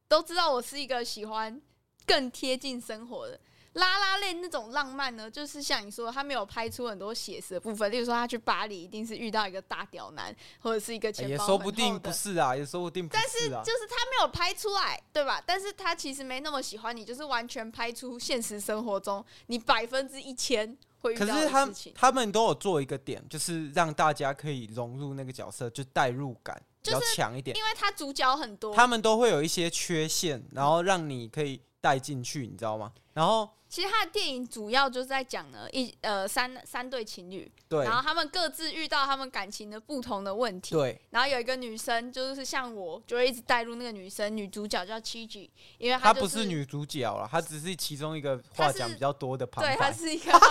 [SPEAKER 4] 都知道我是一个喜欢更贴近生活的。拉拉链那种浪漫呢，就是像你说的，他没有拍出很多写实的部分，例如说他去巴黎一定是遇到一个大屌男，或者是一个
[SPEAKER 3] 哎
[SPEAKER 4] 钱
[SPEAKER 3] 也
[SPEAKER 4] 包
[SPEAKER 3] 说
[SPEAKER 4] 很
[SPEAKER 3] 不
[SPEAKER 4] 厚
[SPEAKER 3] 定
[SPEAKER 4] 的
[SPEAKER 3] 不是啊，也说不定不是啊。
[SPEAKER 4] 就是他没有拍出来，对吧？但是他其实没那么喜欢你，就是完全拍出现实生活中你百分之一千会遇
[SPEAKER 3] 可
[SPEAKER 4] 到
[SPEAKER 3] 是
[SPEAKER 4] 的
[SPEAKER 3] 他
[SPEAKER 4] 事情。
[SPEAKER 3] 他们都有做一个点，就是让大家可以融入那个角色，就代入感比较
[SPEAKER 4] 就是
[SPEAKER 3] 强一点。
[SPEAKER 4] 因为他主角很多，
[SPEAKER 3] 他们都会有一些缺陷，然后让你可以带进去，你知道吗？然后
[SPEAKER 4] 其实他的电影主要就是在讲呢，一呃三三对情侣，
[SPEAKER 3] 对
[SPEAKER 4] 然后他们各自遇到他们感情的不同的问题。
[SPEAKER 3] 对，
[SPEAKER 4] 然后有一个女生就是像我，就会一直带入那个女生，女主角叫 Chigi，因为她、
[SPEAKER 3] 她
[SPEAKER 4] 就
[SPEAKER 3] 不是，女主角了，她只是其中一个
[SPEAKER 4] 她
[SPEAKER 3] 话
[SPEAKER 4] 是
[SPEAKER 3] 讲比较多的旁
[SPEAKER 4] 对，她
[SPEAKER 3] 白。
[SPEAKER 4] 是一个， 她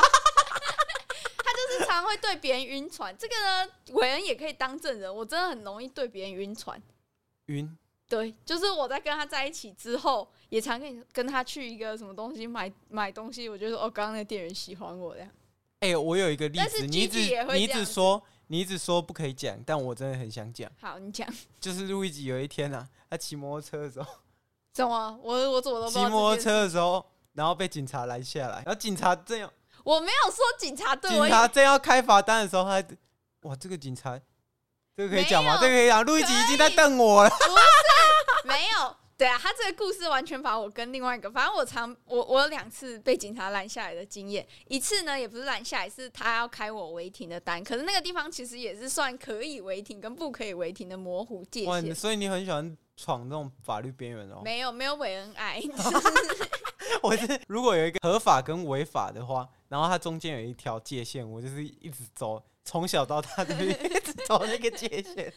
[SPEAKER 4] 就是常会对别人晕船。这个呢，伟恩也可以当证人，我真的很容易对别人晕船。
[SPEAKER 3] 云
[SPEAKER 4] 对，就是我在跟他在一起之后，也常跟你跟他去一个什么东西买买东西，我就说哦，刚刚那个店员喜欢我这样。
[SPEAKER 3] 哎、我有一个例
[SPEAKER 4] 但
[SPEAKER 3] 子，
[SPEAKER 4] 是
[SPEAKER 3] 你一
[SPEAKER 4] Gigi
[SPEAKER 3] 直
[SPEAKER 4] 也会
[SPEAKER 3] 你一
[SPEAKER 4] 这样
[SPEAKER 3] 直
[SPEAKER 4] 子
[SPEAKER 3] 说你一直说不可以讲，但我真的很想讲。
[SPEAKER 4] 好，你讲。
[SPEAKER 3] 就是路易吉有一天啊，他骑摩托车的时候，
[SPEAKER 4] 怎么？啊我我怎么都不知
[SPEAKER 3] 骑
[SPEAKER 4] 道
[SPEAKER 3] 摩托
[SPEAKER 4] 这件事
[SPEAKER 3] 车的时候，然后被警察拦下来，然后警察正要
[SPEAKER 4] 我没有说警察对我
[SPEAKER 3] 警察正要开罚单的时候，他哇，这个警察这个可以讲吗？
[SPEAKER 4] 没有
[SPEAKER 3] 这个可以讲，路易吉已经在瞪我了。
[SPEAKER 4] 没有。对啊，他这个故事完全把我跟另外一个，反正我常我我有两次被警察拦下来的经验，一次呢也不是拦下来，是他要开我违停的单，可是那个地方其实也是算可以违停跟不可以违停的模糊界
[SPEAKER 3] 哇，你
[SPEAKER 4] 限，
[SPEAKER 3] 所以你很喜欢闯那种法律边缘哦。
[SPEAKER 4] 没有没有韦恩 爱，
[SPEAKER 3] 我是 如果有一个合法跟违法的话，然后它中间有一条界限，我就是一直走，从小到大都 一直走那个界限。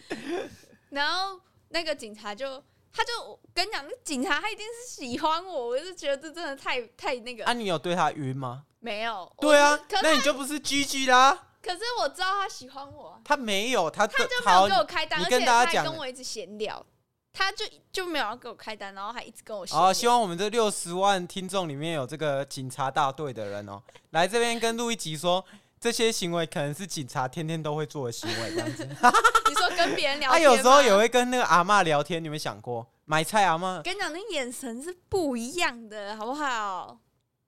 [SPEAKER 4] 然后那个警察就他就我跟你讲，那警察他一定是喜欢我，我就觉得这真的太太那个、
[SPEAKER 3] 啊，你有对他晕吗？
[SPEAKER 4] 没有，我
[SPEAKER 3] 对啊
[SPEAKER 4] 是可，是
[SPEAKER 3] 那你就不是 GG 啦。
[SPEAKER 4] 可是我知道他喜欢我、啊，
[SPEAKER 3] 他没有，他他
[SPEAKER 4] 他就没有给我开单，
[SPEAKER 3] 你
[SPEAKER 4] 而
[SPEAKER 3] 跟
[SPEAKER 4] 且
[SPEAKER 3] 大
[SPEAKER 4] 他
[SPEAKER 3] 家讲
[SPEAKER 4] 还跟我一直闲聊，他就就没有要给我开单，然后还一直跟我闲
[SPEAKER 3] 好，
[SPEAKER 4] 聊。
[SPEAKER 3] 哦希望我们这六 十万听众里面有这个警察大队的人哦，来这边跟路一吉说，这些行为可能是警察天天都会做的行为，这样子。
[SPEAKER 4] 你说跟别人聊
[SPEAKER 3] 他、
[SPEAKER 4] 天，
[SPEAKER 3] 有时候也。会跟那个阿嬷聊天，你有没有想过买菜阿嬷？
[SPEAKER 4] 跟你讲，那眼神是不一样的，好不好？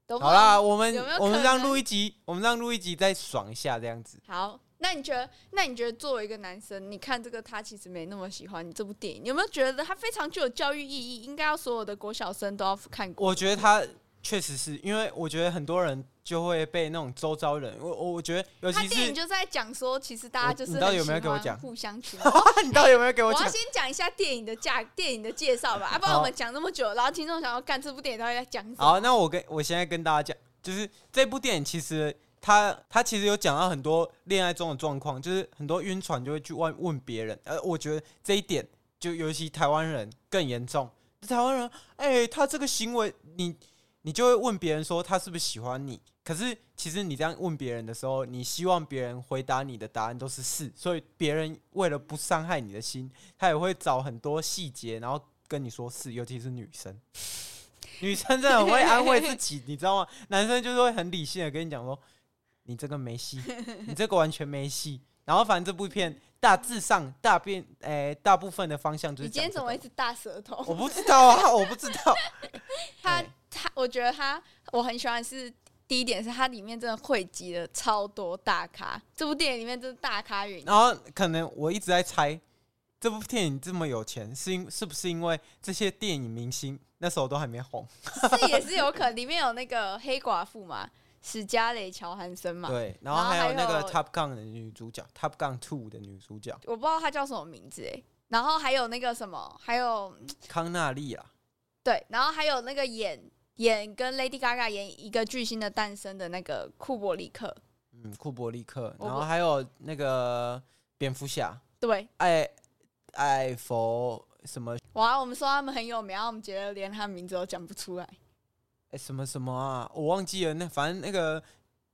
[SPEAKER 4] 懂吗
[SPEAKER 3] 好啦，，我们
[SPEAKER 4] 有没有
[SPEAKER 3] 我们
[SPEAKER 4] 可
[SPEAKER 3] 让
[SPEAKER 4] 能
[SPEAKER 3] 录一集，我们让录一集再爽一下这样子。
[SPEAKER 4] 好。那你觉得，那你觉得作为一个男生，你看这个他其实没那么喜欢你这部电影，你有没有觉得它非常具有教育意义？应该要所有的国小生都要看过。
[SPEAKER 3] 我觉得他确实是因为我觉得很多人就会被那种周遭人，我我我觉得尤
[SPEAKER 4] 他
[SPEAKER 3] 其
[SPEAKER 4] 电
[SPEAKER 3] 是
[SPEAKER 4] 影就在讲说，其实大家
[SPEAKER 3] 我
[SPEAKER 4] 就是
[SPEAKER 3] 你到底有
[SPEAKER 4] 很
[SPEAKER 3] 没有
[SPEAKER 4] 喜
[SPEAKER 3] 给我
[SPEAKER 4] 欢
[SPEAKER 3] 讲
[SPEAKER 4] 互相取暖
[SPEAKER 3] 你到底有没有给
[SPEAKER 4] 我
[SPEAKER 3] 我
[SPEAKER 4] 要
[SPEAKER 3] 讲？
[SPEAKER 4] 先讲一下电影的架，电影的介绍吧，啊，不然
[SPEAKER 3] 好
[SPEAKER 4] 我们讲那么久，然后听众想要干这部电影到底在讲什么？
[SPEAKER 3] 好，那我跟我现在跟大家讲，就是这部电影其实它它其实有讲到很多恋爱中的状况，就是很多晕船就会去问问别人，呃，我觉得这一点就尤其台湾人更严重。台湾人，哎、他这个行为，你你就会问别人说他是不是喜欢你，可是其实你这样问别人的时候，你希望别人回答你的答案都是是，所以别人为了不伤害你的心，他也会找很多细节，然后跟你说是，尤其是女生。女生真的很会安慰自己，你知道吗？男生就是会很理性的跟你讲说，你这个没 戏，你这个完全没戏。然后反正这部片大致上大变，诶、大部分的方向就
[SPEAKER 4] 你
[SPEAKER 3] 是
[SPEAKER 4] 今
[SPEAKER 3] 讲这个。
[SPEAKER 4] 天怎么一直大舌头？
[SPEAKER 3] 我不知道啊，我不知道。
[SPEAKER 4] 哦
[SPEAKER 3] 哎
[SPEAKER 4] 他
[SPEAKER 3] 对
[SPEAKER 4] 他，我觉得他我很喜欢的是第一点是它里面真的汇集了超多大咖，这部电影里面真的大 咖云集。
[SPEAKER 3] 然后可能我一直在猜，这部电影这么有钱，是因是不是因为这些电影明星那时候都还没红？
[SPEAKER 4] 这也是有可能。里面有那个黑寡妇嘛，史嘉蕾·乔韩森嘛，
[SPEAKER 3] 对，然
[SPEAKER 4] 然
[SPEAKER 3] 后
[SPEAKER 4] 后
[SPEAKER 3] 还
[SPEAKER 4] 还
[SPEAKER 3] 有那个
[SPEAKER 4] 有
[SPEAKER 3] Top Gun 的女主角，Top Gun Two 的女主角
[SPEAKER 4] 我不知道她叫什么名字哎、然后还有那个什么，还有
[SPEAKER 3] 康纳利啊，
[SPEAKER 4] 对，然后还有那个演演跟 Lady Gaga 演一个巨星的诞生的那个库伯里克，
[SPEAKER 3] 嗯，库伯利克，
[SPEAKER 4] 我
[SPEAKER 3] 然后
[SPEAKER 4] 不
[SPEAKER 3] 还有那个蝙蝠侠，
[SPEAKER 4] 对，
[SPEAKER 3] 艾艾佛什么、
[SPEAKER 4] 哇，我们说他们很有名，然后我们觉得连他们名字都讲不出来。
[SPEAKER 3] 哎什么什么啊，我忘记了，那反正那个。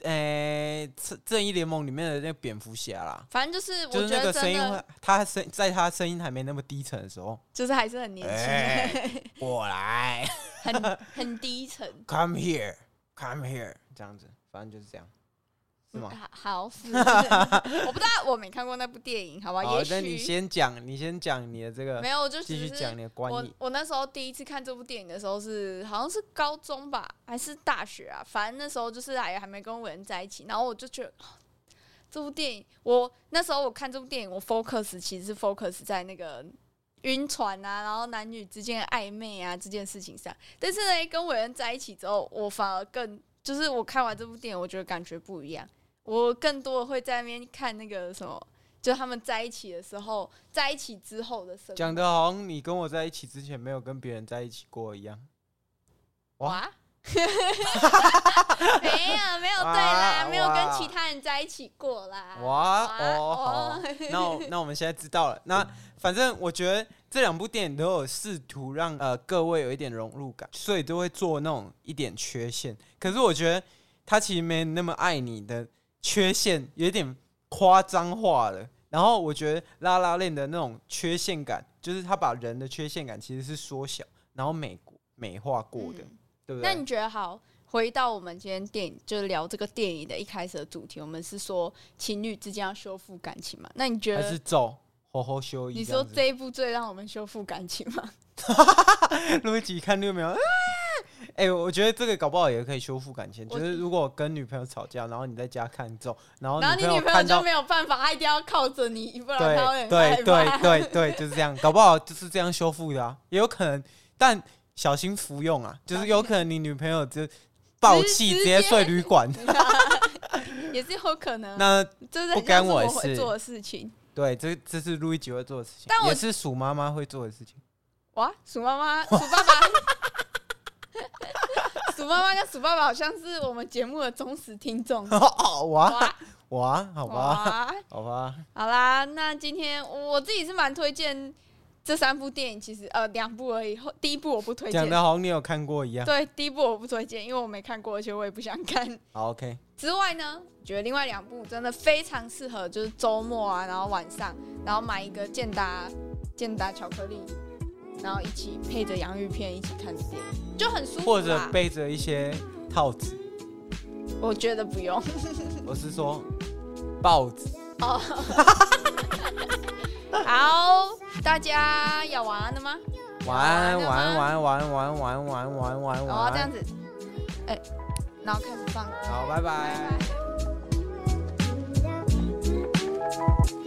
[SPEAKER 3] 诶，正正义联盟里面的那个蝙蝠侠啦，
[SPEAKER 4] 反正就是
[SPEAKER 3] 就
[SPEAKER 4] 我
[SPEAKER 3] 是
[SPEAKER 4] 觉
[SPEAKER 3] 那
[SPEAKER 4] 得
[SPEAKER 3] 个
[SPEAKER 4] 真
[SPEAKER 3] 声音
[SPEAKER 4] 的
[SPEAKER 3] 会，他声在他声音还没那么低沉的时候，
[SPEAKER 4] 就是还是很年轻，
[SPEAKER 3] 过来
[SPEAKER 4] 很 很低沉。
[SPEAKER 3] ，come here，come here，这样子，反正就是这样，是吗？
[SPEAKER 4] 好 好，是我不知道，我没看过那部电影，好吧？
[SPEAKER 3] 好
[SPEAKER 4] 也，
[SPEAKER 3] 那你
[SPEAKER 4] 许
[SPEAKER 3] 先讲，你先讲你的这个，
[SPEAKER 4] 没有，我就
[SPEAKER 3] 继
[SPEAKER 4] 只
[SPEAKER 3] 续
[SPEAKER 4] 是
[SPEAKER 3] 讲你的观
[SPEAKER 4] 我
[SPEAKER 3] 影。
[SPEAKER 4] 我那时候第一次看这部电影的时候是好像是高中吧，还是大学啊？反正那时候就是还还没跟伟人在一起，然后我就觉得。 哦这部电影，我那时候我看这部电影，我 focus 其实是 focus 在那个晕船啊，然后男女之间的暧昧啊这件事情上。但是呢，跟伟人在一起之后，我反而更就是我看完这部电影，我觉得感觉不一样。我更多的会在那边看那个什么，就他们在一起的时候，在一起之后的生活。
[SPEAKER 3] 讲的好像你跟我在一起之前没有跟别人在一起过一样。
[SPEAKER 4] 哇， 没有没有对啦，
[SPEAKER 3] 哇
[SPEAKER 4] 没有跟
[SPEAKER 3] 哇
[SPEAKER 4] 其他人在一起过啦。
[SPEAKER 3] 啊哇
[SPEAKER 4] 哇
[SPEAKER 3] 哦，好啊
[SPEAKER 4] 哦，嗯
[SPEAKER 3] 那我那我们现在知道了。那反正我觉得这两部电影都有试图让呃各位有一点融入感，所以都会做那种一点缺陷。可是我觉得他其实没那么爱你的缺陷，有点夸张化了。然后我觉得《拉拉链》的那种缺陷感，就是他把人的缺陷感其实是缩小，然后美美化过的，
[SPEAKER 4] 嗯
[SPEAKER 3] 对不
[SPEAKER 4] 那
[SPEAKER 3] 对
[SPEAKER 4] 你？觉得好？回到我们今天电影，就是聊这个电影的一开始的主题，我们是说情侣之间要修复感情嘛？那你觉
[SPEAKER 3] 还是
[SPEAKER 4] 得？
[SPEAKER 3] 走吼吼修一？
[SPEAKER 4] 你说这一部最让我们修复感情吗？
[SPEAKER 3] 录一集看六秒。啊哎、我觉得这个搞不好也可以修复感情，
[SPEAKER 4] 我
[SPEAKER 3] 就是如果跟女朋友吵架，然后你在家看之后，然后
[SPEAKER 4] 然后你女
[SPEAKER 3] 友
[SPEAKER 4] 朋友
[SPEAKER 3] 看
[SPEAKER 4] 就
[SPEAKER 3] 到，
[SPEAKER 4] 没有办法，她一定要靠着你，不然她会
[SPEAKER 3] 对
[SPEAKER 4] 很害
[SPEAKER 3] 对
[SPEAKER 4] 怕
[SPEAKER 3] 对对对，就是这样，搞不好就是这样修复的啊，也有可能，但小心服用啊，就是有可能你女朋友就暴气，
[SPEAKER 4] 直
[SPEAKER 3] 直
[SPEAKER 4] 接嗯
[SPEAKER 3] 接睡旅馆，
[SPEAKER 4] 也是有可能啊。
[SPEAKER 3] 那
[SPEAKER 4] 这是
[SPEAKER 3] 不
[SPEAKER 4] 很像
[SPEAKER 3] 干
[SPEAKER 4] 是
[SPEAKER 3] 我
[SPEAKER 4] 我
[SPEAKER 3] 的
[SPEAKER 4] 会
[SPEAKER 3] 事
[SPEAKER 4] 做的事情。
[SPEAKER 3] 对，这这是路易吉会做的事情，
[SPEAKER 4] 但我
[SPEAKER 3] 也是鼠妈妈会做的事情。
[SPEAKER 4] 哇，鼠妈妈、鼠爸 爸、鼠妈妈跟鼠爸爸好像是我们节目的忠实听众。
[SPEAKER 3] 哦，哇
[SPEAKER 4] 哇
[SPEAKER 3] 哇，好吧，
[SPEAKER 4] 哇，
[SPEAKER 3] 好吧，
[SPEAKER 4] 好啦，那今天我自己是蛮推荐这三部电影，其实呃两部而已。后第一部我不推
[SPEAKER 3] 讲
[SPEAKER 4] 荐，
[SPEAKER 3] 的好像你有看过一样。
[SPEAKER 4] 对，第一部我不推荐，因为我没看过，而且我也不想看。
[SPEAKER 3] 好，OK，
[SPEAKER 4] 之外呢，觉得另外两部真的非常适合，就是周末啊，然后晚上，然后买一个健达健达巧克力，然后一起配着 洋芋片一起看电影，就很舒服啦。
[SPEAKER 3] 或者背着一些套子。
[SPEAKER 4] 啊我觉得不用。
[SPEAKER 3] 我是说豹子，
[SPEAKER 4] 好，大家要晚安了吗？
[SPEAKER 3] 晚安，晚安，
[SPEAKER 4] 晚
[SPEAKER 3] 晚安，晚安，晚安，晚安，晚安，晚安，晚安，晚
[SPEAKER 4] 哦
[SPEAKER 3] 安，，
[SPEAKER 4] 这样，子，哎、然后开始放。
[SPEAKER 3] 好，拜拜
[SPEAKER 4] 拜拜